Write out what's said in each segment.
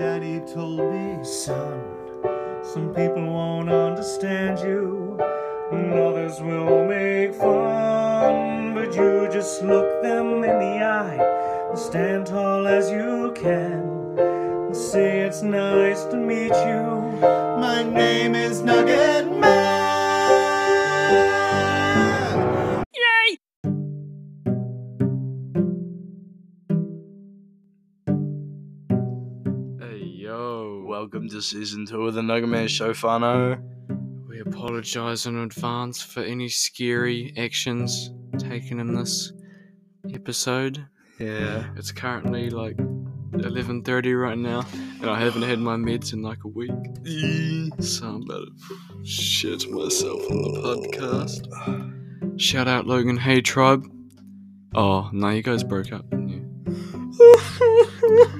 told me, son, some people won't understand you, and others will make fun. But you just look them in the eye and stand tall as you can and say it's nice to meet you. My name is Nugget Man. Hey yo. Welcome to season two of the Nugget Man Show, Fano. We apologize in advance for any scary actions taken in this episode. Yeah. It's currently like 11:30 right now, and I haven't had my meds in like a week. So I'm about to shit myself on the podcast. Shout out Logan Hey Tribe. Oh no, you guys broke up, didn't you?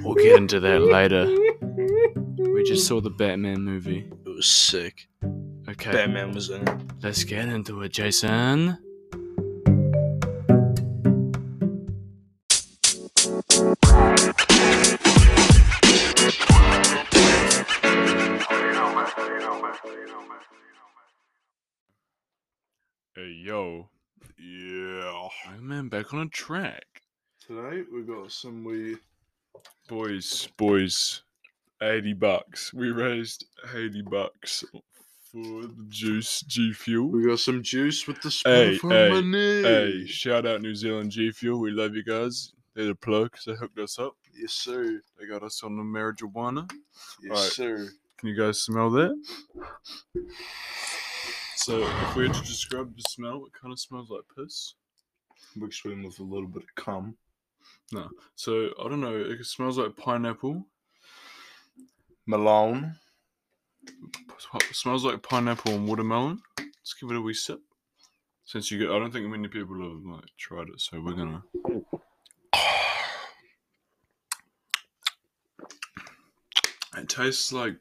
We'll get into that later. We just saw the Batman movie. It was sick. Okay. Batman was in it. Let's get into it, Jason. Hey yo, Yeah. Iron Man back on a track, Today we got some we boys, boys. 80 bucks. We raised 80 bucks for the juice G Fuel. we got some juice with the spoon Hey, for hey, money. Hey, shout out New Zealand G Fuel. We love you guys. They're the plugs. They hooked us up. Yes sir. They got us on the marijuana. Yes Alright. sir. Can you guys smell that? So, if we had to describe the smell, it kind of smells like piss. Mixed in with a little bit of cum. So, I don't know. It smells like pineapple. Malone. It smells like pineapple and watermelon. Let's give it a wee sip. Since you get, I don't think many people have like tried it, so we're gonna. It tastes like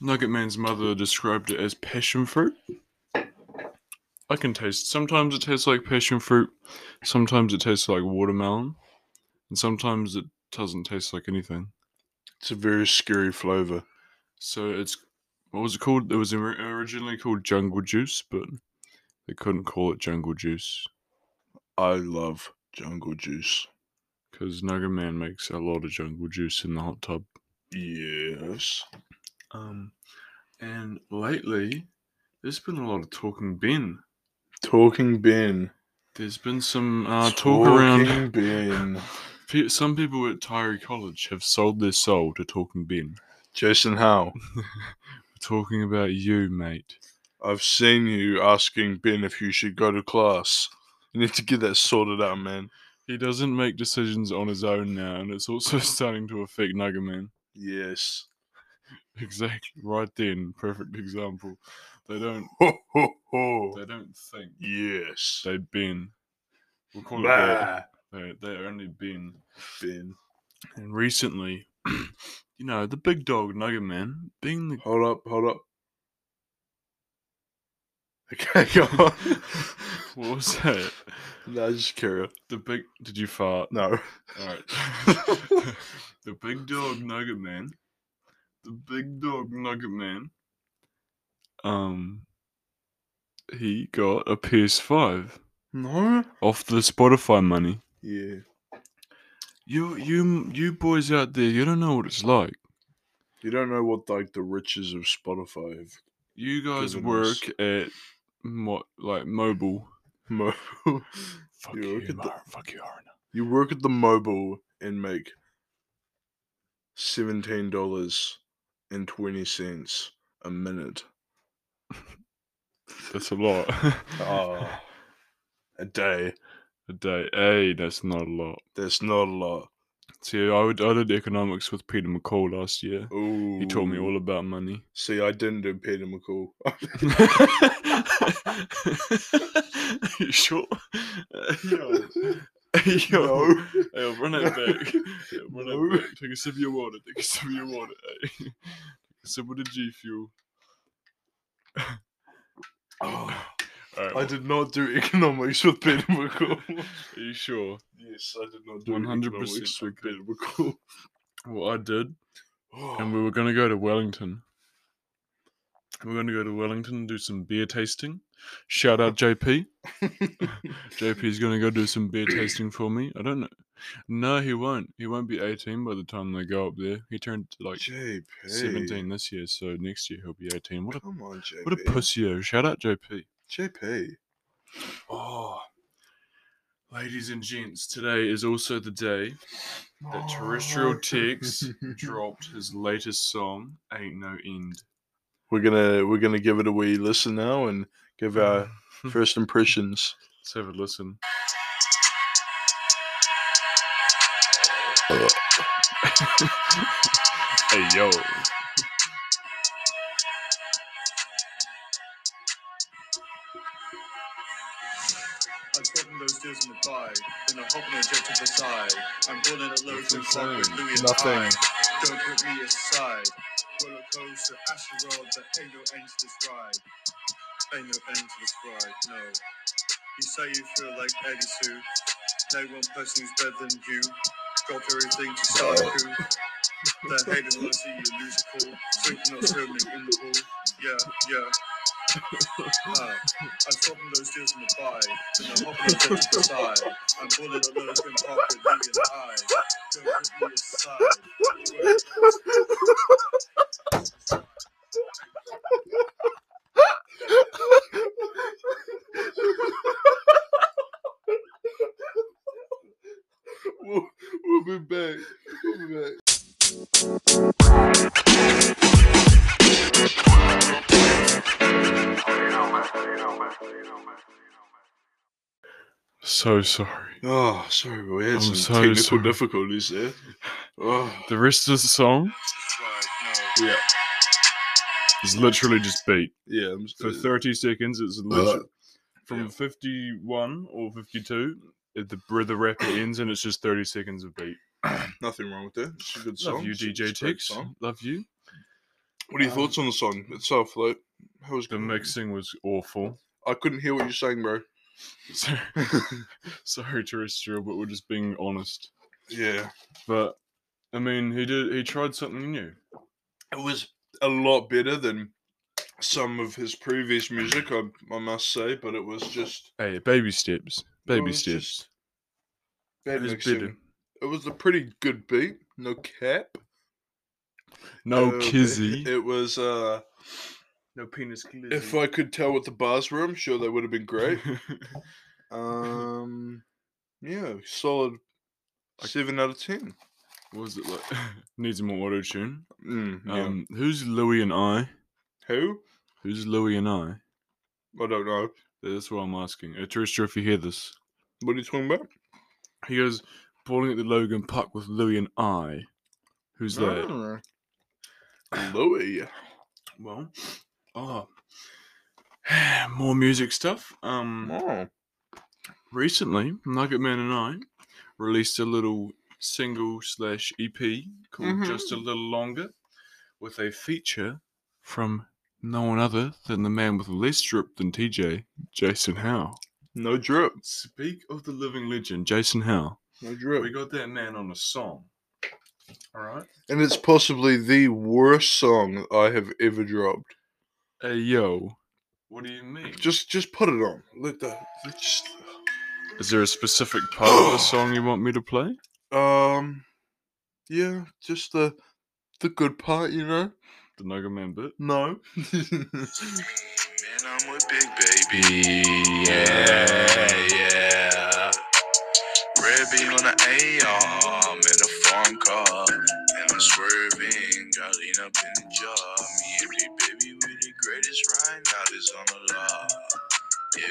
Nugget Man's mother described it as passion fruit. I can taste. Sometimes it tastes like passion fruit. Sometimes it tastes like watermelon, and sometimes it doesn't taste like anything. It's a very scary flavour. So it's what was it called? It was ori- originally called Jungle Juice, but they couldn't call it Jungle Juice I love jungle juice. because Nugget Man makes a lot of Jungle Juice in the hot tub. Yes. Um, and lately, there's been a lot of talking Ben. Talking Ben. There's been some uh, talk around. Talking Ben. Pe- Some people at Tyree College have sold their soul to Talking Ben. Jason Howe. We're talking about you, mate. I've seen you asking Ben if you should go to class. You need to get that sorted out, man. He doesn't make decisions on his own now, and it's also starting to affect Nugget Man. Yes. Exactly. Right then, perfect example. They don't. Ho ho ho. They don't think. Yes. They bin. We'll call it that. Bah, They, they only bin. Ben. And recently, you know, the big dog Nugget Man, being the Hold up, hold up. Okay, go on. what was that? no, just carry on. The big. Did you fart? No. All right. the big dog Nugget Man. The big dog Nugget Man. Um. He got a PS5 No? off the Spotify money. Yeah. You you you boys out there, you don't know what it's like. You don't know what like the riches of Spotify have. You guys Goodness. work at what like mobile. Mo- Fuck You you, work at the- Mar- fuck you, Arna. you work at the mobile and make seventeen dollars and twenty cents a minute. That's a lot. Oh, a day. a day. Hey, that's not a lot. That's not a lot. See, I would I did economics with Peter McCall last year. Ooh. He taught me all about money. See, I didn't do Peter McCall. you sure? Yo, yo, no. Hey, I'll run it back. Yeah, run it No. back. Take a sip of your water. Take a sip of your water. eh? Take a sip of the G Fuel. Oh, Alright, I did not do economics with Peter McCall. are you sure? yes, I did not do 100% economics with okay. Peter McCall. What I did and we were going to go to Wellington. We We're going to go to Wellington and do some beer tasting. Shout out JP. JP's going to go do some beer tasting for me. I don't know. No, he won't. He won't be 18 by the time they go up there. He turned like JP. 17 this year, so next year he'll be 18. What a Come on, JP. what a pussyo. Shout out JP. JP. Oh. Ladies and gents, today is also the day that Oh. Terrestrial Tex dropped his latest song, Ain't No End. We're gonna we're gonna give it a wee listen now and give our first impressions. Let's have a listen. hey yo. I threatened those deals in the pie, in the hope and objective aside. I'm pulling a load Nothing of sack with playing. Louis and Nothing. I. Don't put me aside. Roller coaster, asteroid, there ain't no end to this ride. Ain't no end to this ride, no. You say you feel like Eddie Sue. No one person who's better than you. Drop everything to start a coup. They're hating when I see you lose a call. Thinking not swimming in the pool. Yeah, yeah. Ah, I'm swapping those deals in the buy, and I'm hopping on the side. I'm pulling on those in pocket, leaving the eye. Don't put me aside. We'll, we'll be back. We'll be back. So sorry. Oh, sorry, we had I'm some so technical sorry. difficulties there. Oh, The rest of the song Right, yeah, is literally just beat. yeah. I'm, for uh, 30 seconds it's literally from 51 or 52 it- the br- the rapper ends and it's just 30 seconds of beat uh, nothing wrong with that. It's a good song. love you It's a- it's dj a great tex song. love you What are your thoughts on the song itself? Like, how was Um, the mixing was awful I couldn't hear what you're saying, bro. sorry, sorry terrestrial but we're just being honest Yeah, but i mean he did he tried something new it was a lot better than some of his previous music. I, I must say, but it was just hey baby steps it baby was steps just Bad It was mixing. better. It was a pretty good beat. No cap. no Uh, kizzy It was uh no penis glizzy. if I could tell what the bars were, I'm sure they would have been great. um yeah, solid seven out of ten. what was it like needs more auto tune Mm, yeah. um who's louie and i Who? Who's Louis and I? I don't know. That's what I'm asking. Uh, Terrestrial, if you hear this, What are you talking about? he goes bowling at the Logan Park with Louis and I. Who's that? Ah, Louis. Well, oh, more music stuff. Um, Oh. recently Nugget Man and I released a little single slash EP called Mhm. "Just a Little Longer" with a feature from no one other than the man with less drip than TJ, Jason Howe. No drip. Speak of the living legend, Jason Howe. No We drip. got that man on a song. All right. And it's possibly the worst song I have ever dropped. Hey yo. What do you mean? Just just put it on. Let the let just Is there a specific part of the song you want me to play? Um, yeah, just the the good part, you know. The Nugger Man bit. No, Man, I'm with Big Baby. Yeah, yeah. Red beam on the AR. I'm in a farm car. And I'm swerving. Got lean up in the jar. Me and Big Baby, we the greatest rhyme. Now this on the law.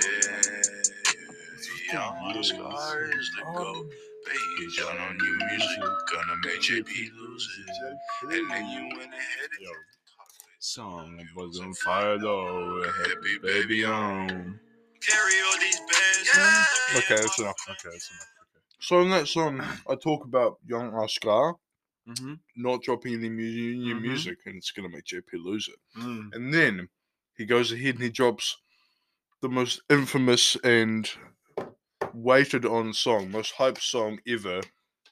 Yeah. Young ridiculous. Oscar is the goat. Baby, down on new music. Gonna make JP lose it. And then you went ahead and Song was on fire though. Happy baby on. carry all these bands. okay, that's enough. Okay, that's enough. So in that song, I talk about young Oscar Okay. Mm-hmm. not dropping any mu- new Mhm. music, and it's gonna make JP lose it. Mm-hmm. And then he goes ahead and he drops the most infamous and waited on song, most hyped song ever,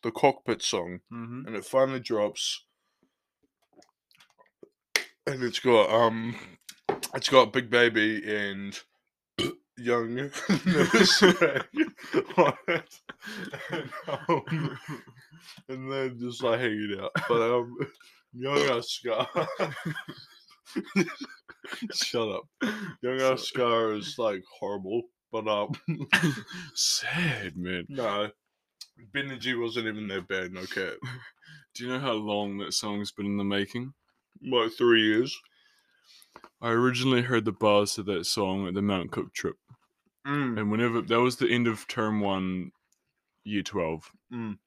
the cockpit song, Mm-hmm. and it finally drops and it's got um, it's got Big Baby and Young Nurse Ray on it, and, um, and they're just like hanging out. But um, Young Oscar, shut up. Young Sorry. Oscar is like horrible, but um, Sad, man. no, Ben and G wasn't even that bad. No cap, Do you know how long that song's been in the making? like three years. I originally heard the bars to that song at the Mount Cook trip. Mm. And whenever that was the end of term one, year 12. Mm.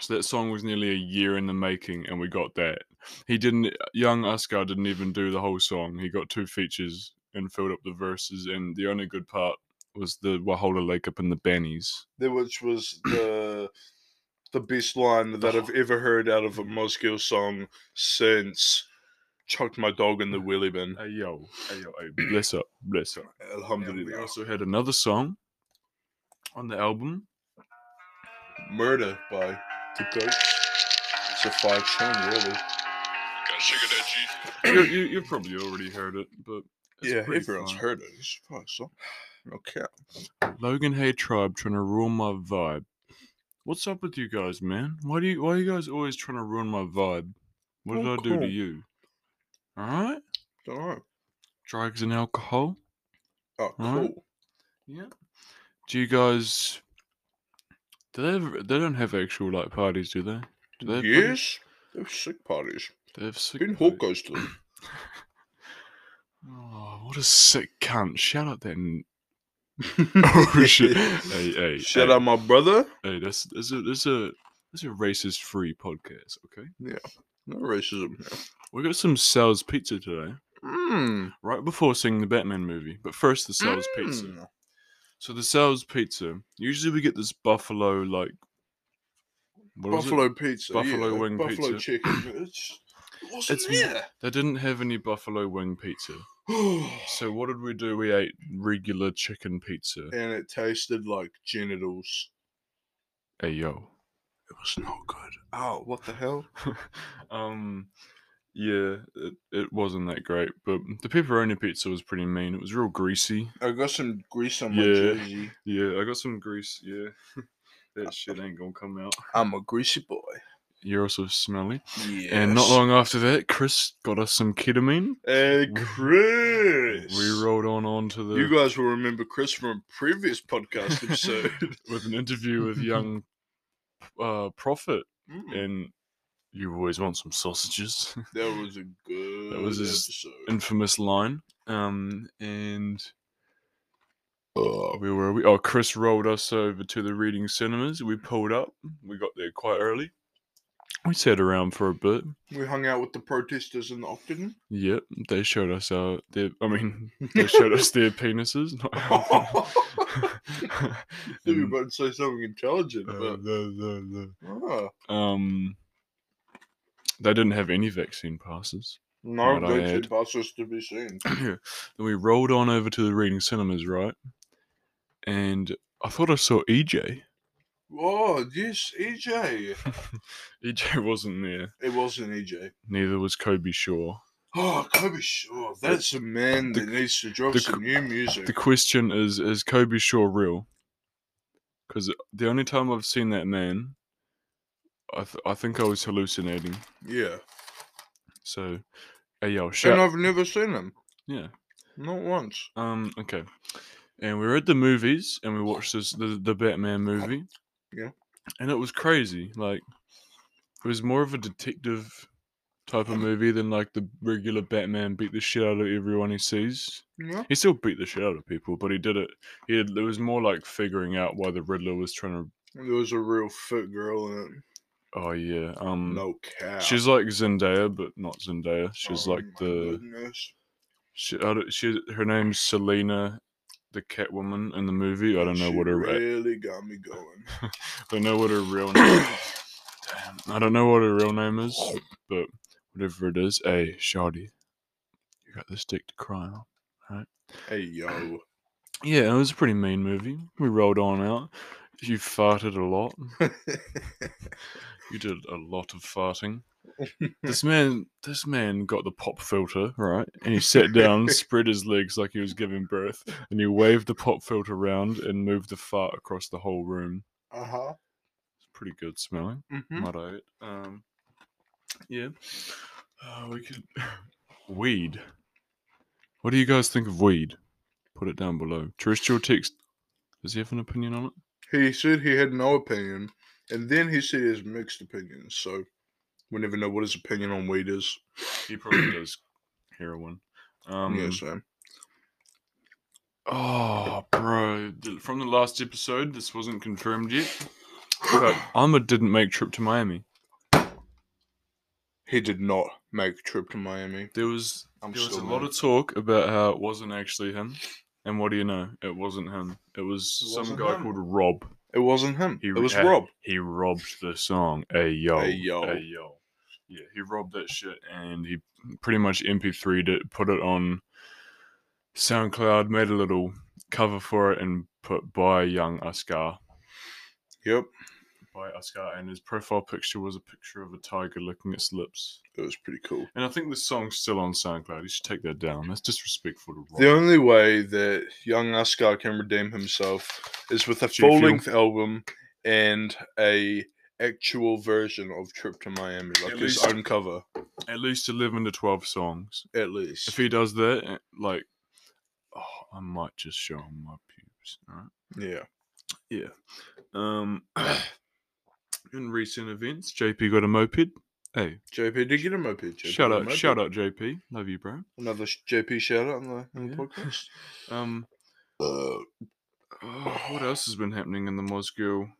So that song was nearly a year in the making, and we got that. He didn't, young Oscar didn't even do the whole song. He got two features and filled up the verses, and the only good part was the Wahola Lake up in the Bannies. the- which was the the best line Uh-huh. that I've ever heard out of a Mosgiel song since "Chucked My Dog in the Wheelie Bin." Hey, yo, hey, yo, hey, bless up, bless up. And we Alhamdulillah, also had another song on the album. "Murder" by The Goats. It's a five chain, really. you, you, you probably already heard it, but it's yeah, pretty everyone's fun. heard it. It's a fire song. Okay. Logan Hay Tribe trying to ruin my vibe. What's up with you guys, man? Why do you why are you guys always trying to ruin my vibe? What did Oh, I do to cool. you? All right, All right. drugs and alcohol. Oh, cool. Alright. Yeah. Do you guys? Do they? Ever, they don't have actual like parties, do they? Do they? have parties? Yes, they're sick parties. They have sick Ben parties. Hawk goes to them. Oh, what a sick cunt. Shout out that. n- oh, shit. Hey, hey. Shout hey, out my brother. Hey, that's, that's, a, that's, a, that's a racist free podcast, okay? No racism. here. We got some Sal's Pizza today, Mmm. right before seeing the Batman movie. But first, the Sal's Pizza. Mm. So, the Sal's Pizza, usually we get this buffalo, like. What was it? Buffalo pizza. Buffalo yeah, wing buffalo pizza. chicken. It's, what's It's it's m- there? They didn't have any buffalo wing pizza. and So, what did we do? We ate regular chicken pizza. it tasted like genitals. Hey, yo. It was not good. Oh, what the hell? um yeah it, it wasn't that great but the pepperoni pizza was pretty mean it was real greasy I got some grease on my Yeah. jersey. yeah i got some grease yeah that shit ain't gonna come out I'm a greasy boy. you're also smelly Yeah. and not long after that chris got us some ketamine Hey, We- Chris. we rolled on onto the You guys will remember Chris from a previous podcast episode. with an interview with young uh prophet Mm, and you always want some sausages that was a good was his episode. infamous line um and Oh, where were we? Oh, Chris rolled us over to the Reading Cinemas. We pulled up. We got there quite early. We sat around for a bit. we hung out with the protesters in the Octagon. Yep, they showed us our. Their, I mean, they showed us their penises. Not our pen- You were And, about to say something intelligent, uh, but the- the- Ah, the- um, they didn't have any vaccine passes. no Might I good add. buses to be seen. Yeah. Then we rolled on over to the Reading Cinemas, right? And I thought I saw E EJ. Oh yes, EJ. EJ E wasn't there. It wasn't EJ. Neither was Kobe Shaw. Oh, Kobe Shaw. That's a man the- that needs to drop the- some new music. The question is: Is Kobe Shaw real? Because the only time I've seen that man, I th- I think I was hallucinating. yeah, So, hey yo, and shout I've never seen him. yeah. Not once. Um, okay. And we were at the movies, and we watched this the the Batman movie. Uh-huh. Yeah. And it was crazy. Like, it was more of a detective type of movie than like the regular Batman beat the shit out of everyone he sees. No. He still beat the shit out of people, but he did it. He had, it was more like figuring out why the Riddler was trying to. There was a real fit girl in it. Oh yeah, um, No cow. she's like Zendaya, but not Zendaya. She's Oh like the she, I don't- she, her name's Selena, the Catwoman in the movie. I don't know what her I really got me going. don't know what her real name. Damn, I don't know what her real name is, but whatever it is, hey, Shardy, you got this dick to cry on. Hey yo. Yeah, it was a pretty mean movie. We rolled on out. You farted a lot. You did a lot of farting. this man, this man got the pop filter right, and he sat down, spread his legs like he was giving birth, and he waved the pop filter around and moved the fart across the whole room. Uh Uh-huh. huh. It's pretty good smelling, Mm-hmm. might I add. Um, yeah, uh, we could weed. What do you guys think of weed? Put it down below. Terrestrial text. Does he have an opinion on it? He said he had no opinion, and then he said he has mixed opinions. So we never know what his opinion on weed is. He probably does heroin. Um, yeah, so Oh, bro. th- From the last episode, this wasn't confirmed yet. But Ahmed didn't make trip to Miami. he did not make a trip to Miami. There was I'm there was still a lot mad. of talk about how it wasn't actually him. And what do you know? It wasn't him. It was It some wasn't guy him. called Rob. It wasn't him. He it was had- Rob. He robbed the song. Hey yo. Ay, yo. Ay, yo. Yeah, he robbed that shit and he pretty much MP3'd it, put it on SoundCloud, made a little cover for it, and put by Young Askar. Yep. by Oscar, and his profile picture was a picture of a tiger licking its lips. It was pretty cool. And I think the song's still on SoundCloud. You should take that down. That's disrespectful to Rob. The only way that young Oscar can redeem himself is with a G Fuel. full length album and a actual version of Trip to Miami, like At his least- own cover, At least eleven to twelve songs. at least. If he does that, eh, like, oh, I might just show him my pubes. All right. yeah. Yeah. Um. in recent events, JP got a moped. Hey, JP did get a moped. JP shout got a out, moped. shout out, JP. Love you, bro. Another sh- JP shout out on the, on the Yeah. podcast. Um. Uh, oh, what else has been happening in the Mosgiel?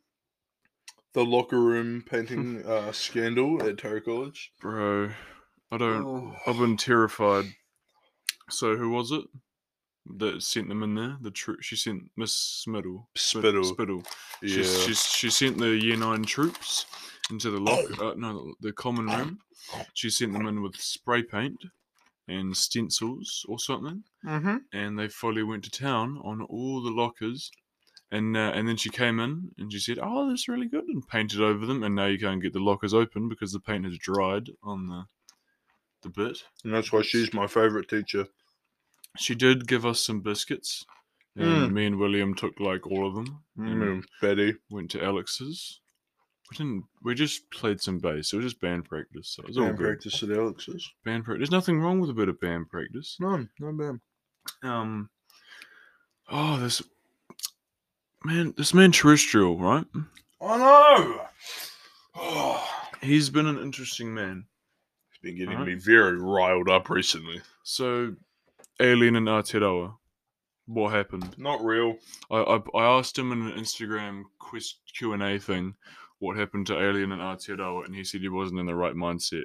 the locker room painting uh, scandal at Tarot College. Bro, I don't. Oh. I've been terrified. So who was it that sent them in there? The troop. She sent Miss Smiddle. Spid- Spittle. Spittle. Yeah. She's, she's, she sent the year nine troops into the lock. Uh, no, the common room. She sent them in with spray paint and stencils or something, mm-hmm. and they fully went to town on all the lockers. And uh, and then she came in and she said, "Oh, that's really good," and painted over them. And now you can't get the lockers open because the paint has dried on the the bit. And that's why she's my favorite teacher. She did give us some biscuits, and me and William took like all of them and Mm, Betty. went to Alex's. We didn't. We just played some bass. It was just band practice, so it was all Band good. practice at Alex's. Band practice. There's nothing wrong with a bit of band practice. No, no bad. Um. Oh, this man. This man terrestrial, right? Oh no! Oh. He's been an interesting man. been getting Alright. me very riled up recently. So Alien and Aotearoa. What happened? not real. I, I, I asked him in an Instagram quest Q and A thing, what happened to Alien and Aotearoa, and he said he wasn't in the right mindset.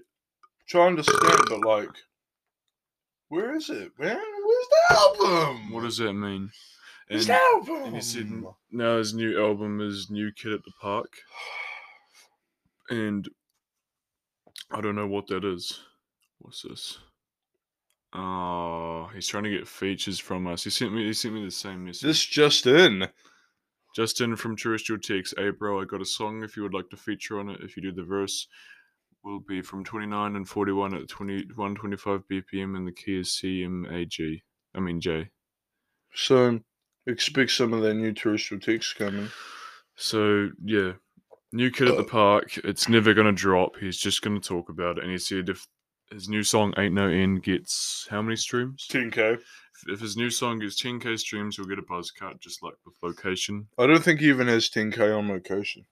Try to understand, but like, where is it, man? Where's the album? What does that mean? Where's And, the album? and he said n- now his new album is New Kid at the Park, and I don't know what that is. What's this? Oh, he's trying to get features from us. He sent me. He sent me the same message. this just in. Justin from Terrestrial Takes, hey bro, I got a song if you would like to feature on it. If you do the verse, will be from 29 and 41 at 21, 25 BPM, and the key is CMAG. I mean J. So expect some of their new terrestrial texts coming. So yeah, new kid at the park. It's never gonna drop. He's just gonna talk about it, and he said if his new song "Ain't No End" gets how many streams? 10k. If his new song gets 10k streams, he'll get a buzz cut, just like with location. I don't think he even has 10k on location.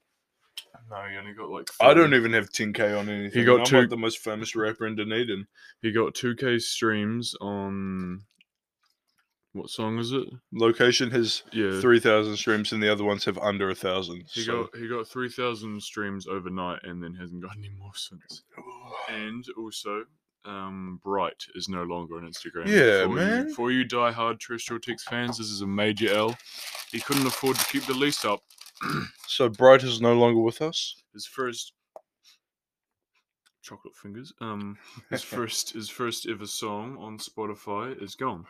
No, he only got like. I don't 30. even have 10k on anything. got I'm two- like the most famous rapper in Dunedin. He got 2k streams on. What song is it? Location has Yeah. 3,000 streams, and the other ones have under a thousand. He so- got he got 3,000 streams overnight and then hasn't got any more since. And also, um, Bright is no longer on Instagram. Yeah, for you- man. for you diehard Terrestrial Tex fans, this is a major L. He couldn't afford to keep the lease up. so Bright is no longer with us. His first chocolate fingers. Um, his first his first ever song on Spotify is gone.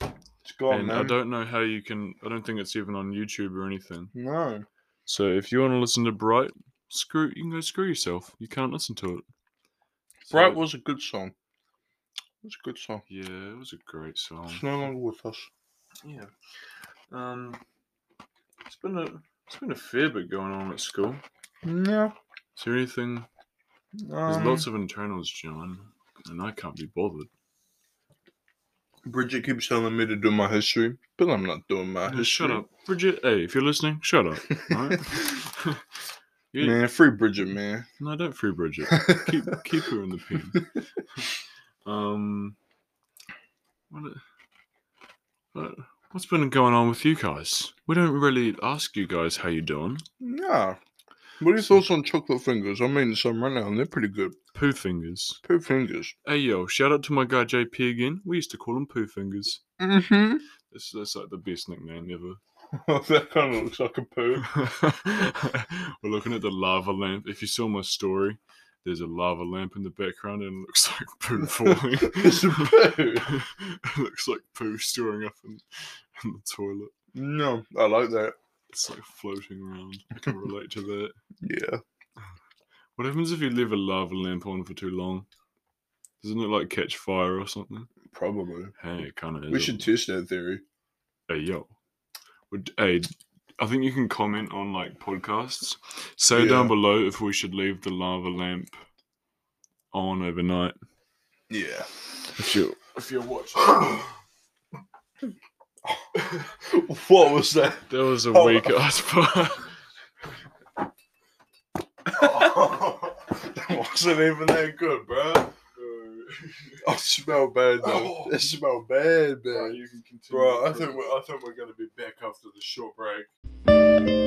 It's gone, and man. I don't know how you can. I don't think it's even on YouTube or anything. No. So if you want to listen to Bright, screw you can go screw yourself. You can't listen to it. Bright So- was a good song. It was a good song. yeah, it was a great song. It's no longer with us. Yeah. Um, it's been a it's been a fair bit going on at school. No. Is there anything? There's Um, lots of internals, John, and I can't be bothered. Bridget keeps telling me to do my history, but I'm not doing my Hey, history. shut up, Bridget. Hey, if you're listening, shut up. Right? you, Man, free Bridget, man. No, don't free Bridget. keep keep her in the pen. Um, what, what, what's been going on with you guys? We don't really ask you guys how you doing. Nah. What are your thoughts on chocolate fingers? I'm eating some right now, and they're pretty good. Poo fingers. Poo fingers. Hey yo, shout out to my guy JP again. We used to call him Poo fingers. Mm-hmm. That's, that's like the best nickname ever. that kind of looks like a poo. We're looking at the lava lamp. If you saw my story, there's a lava lamp in the background and it looks like poo falling. It's a poo. it looks like poo storing up in, in the toilet. No, I like that. It's like floating around. I can relate to that. Yeah. What happens if you leave a lava lamp on for too long? Doesn't it like catch fire or something? Probably. Hey, it kind of is. We a- should test that theory. Hey yo, would hey, I think you can comment on like podcasts. Say down Yeah. below if we should leave the lava lamp on overnight. Yeah. If you if you're watching, what was that? that was a Oh. weak ass part. that wasn't even that good, bro. I smell bad, though. It smell bad, man. can continue. Bro, Oh. I think we're, I think we're gonna be back after the short break.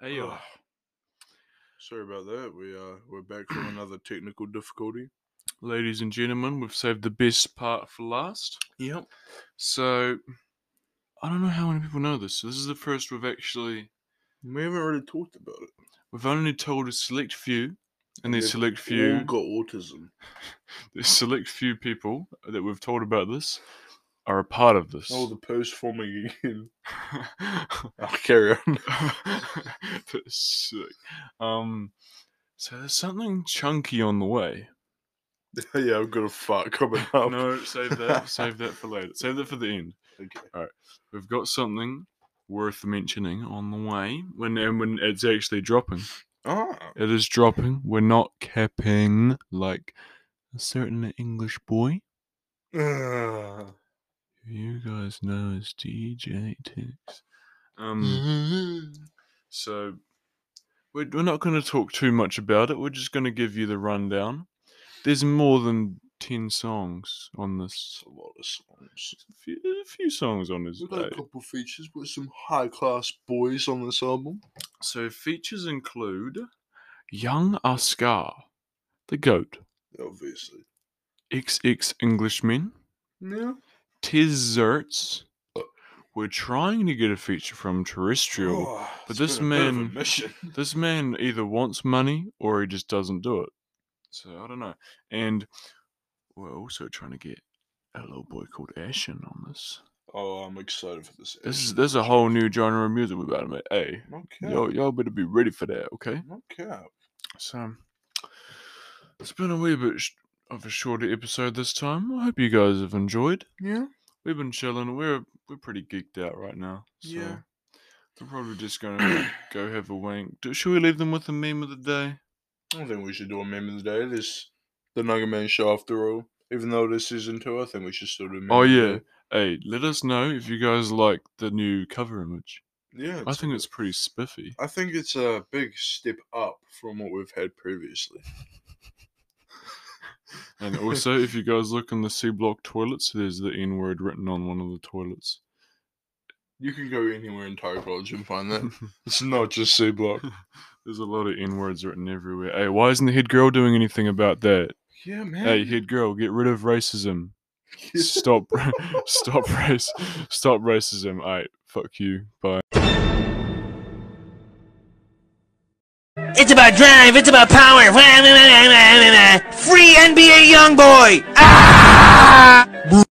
Hey yo, Sorry about that. We uh we're back from another technical difficulty. ladies and gentlemen, we've saved the best part for last. Yep. So I don't know how many people know this. This is the first we've actually We haven't really talked about it. we've only told a select few, and They've these select All few got autism. the select few people that we've told about this are a part of this. Oh, the post forming again. I'll carry on. That's sick. Um, so there's something chunky on the way. yeah, I've got a fart coming up. No, save that. save that for later. Save that for the end. Okay. We've got something worth mentioning on the way when and when it's actually dropping. Oh, It is dropping. We're not capping like a certain English boy. Uh, who You guys know as DJ Tix. Um. So we're, we're not going to talk too much about it. We're just going to give you the rundown. There's more than 10 songs on this. a lot of songs. A few, a few songs on this. We've got eh? a couple features with some high class boys on this album. So features include Young Oscar, The Goat, Obviously. XX Englishmen, Yeah. Tiz Zerts. We're trying to get a feature from Terrestrial. Oh, But this it's been a bit of a man- mission. This man either wants money or he just doesn't do it. So I don't know. And we're also trying to get a little boy called Ashen on this. Oh, I'm excited for this. This is Asian there's a project. whole new genre of music we're about to make. Hey, Okay. yo, y'all better be ready for that, okay? Okay. So it's been a wee bit sh- of a shorter episode this time. I hope you guys have enjoyed. Yeah. We've been chilling. We're we're pretty geeked out right now. So Yeah. They're probably just gonna go have a wank. Do, should we leave them with a meme of the day? I think we should do a meme of the day. This the Nugget Man show after all. Even though this season two, I think we should still do. Meme Oh of the yeah. Day. Hey, let us know if you guys like the new cover image. Yeah. I think it's pretty spiffy. I think it's a big step up from what we've had previously. And also if you guys look in the C block toilets, there's the N word written on one of the toilets. You can go anywhere in Tarot College and find that. it's not just C Block. There's a lot of N words written everywhere. Hey, why isn't the head girl doing anything about that? Yeah, man. Hey, head girl, get rid of racism. Yeah. Stop stop race stop racism. Alright, fuck you. Bye. It's about drive. It's about power. Free NBA young boy. Ah!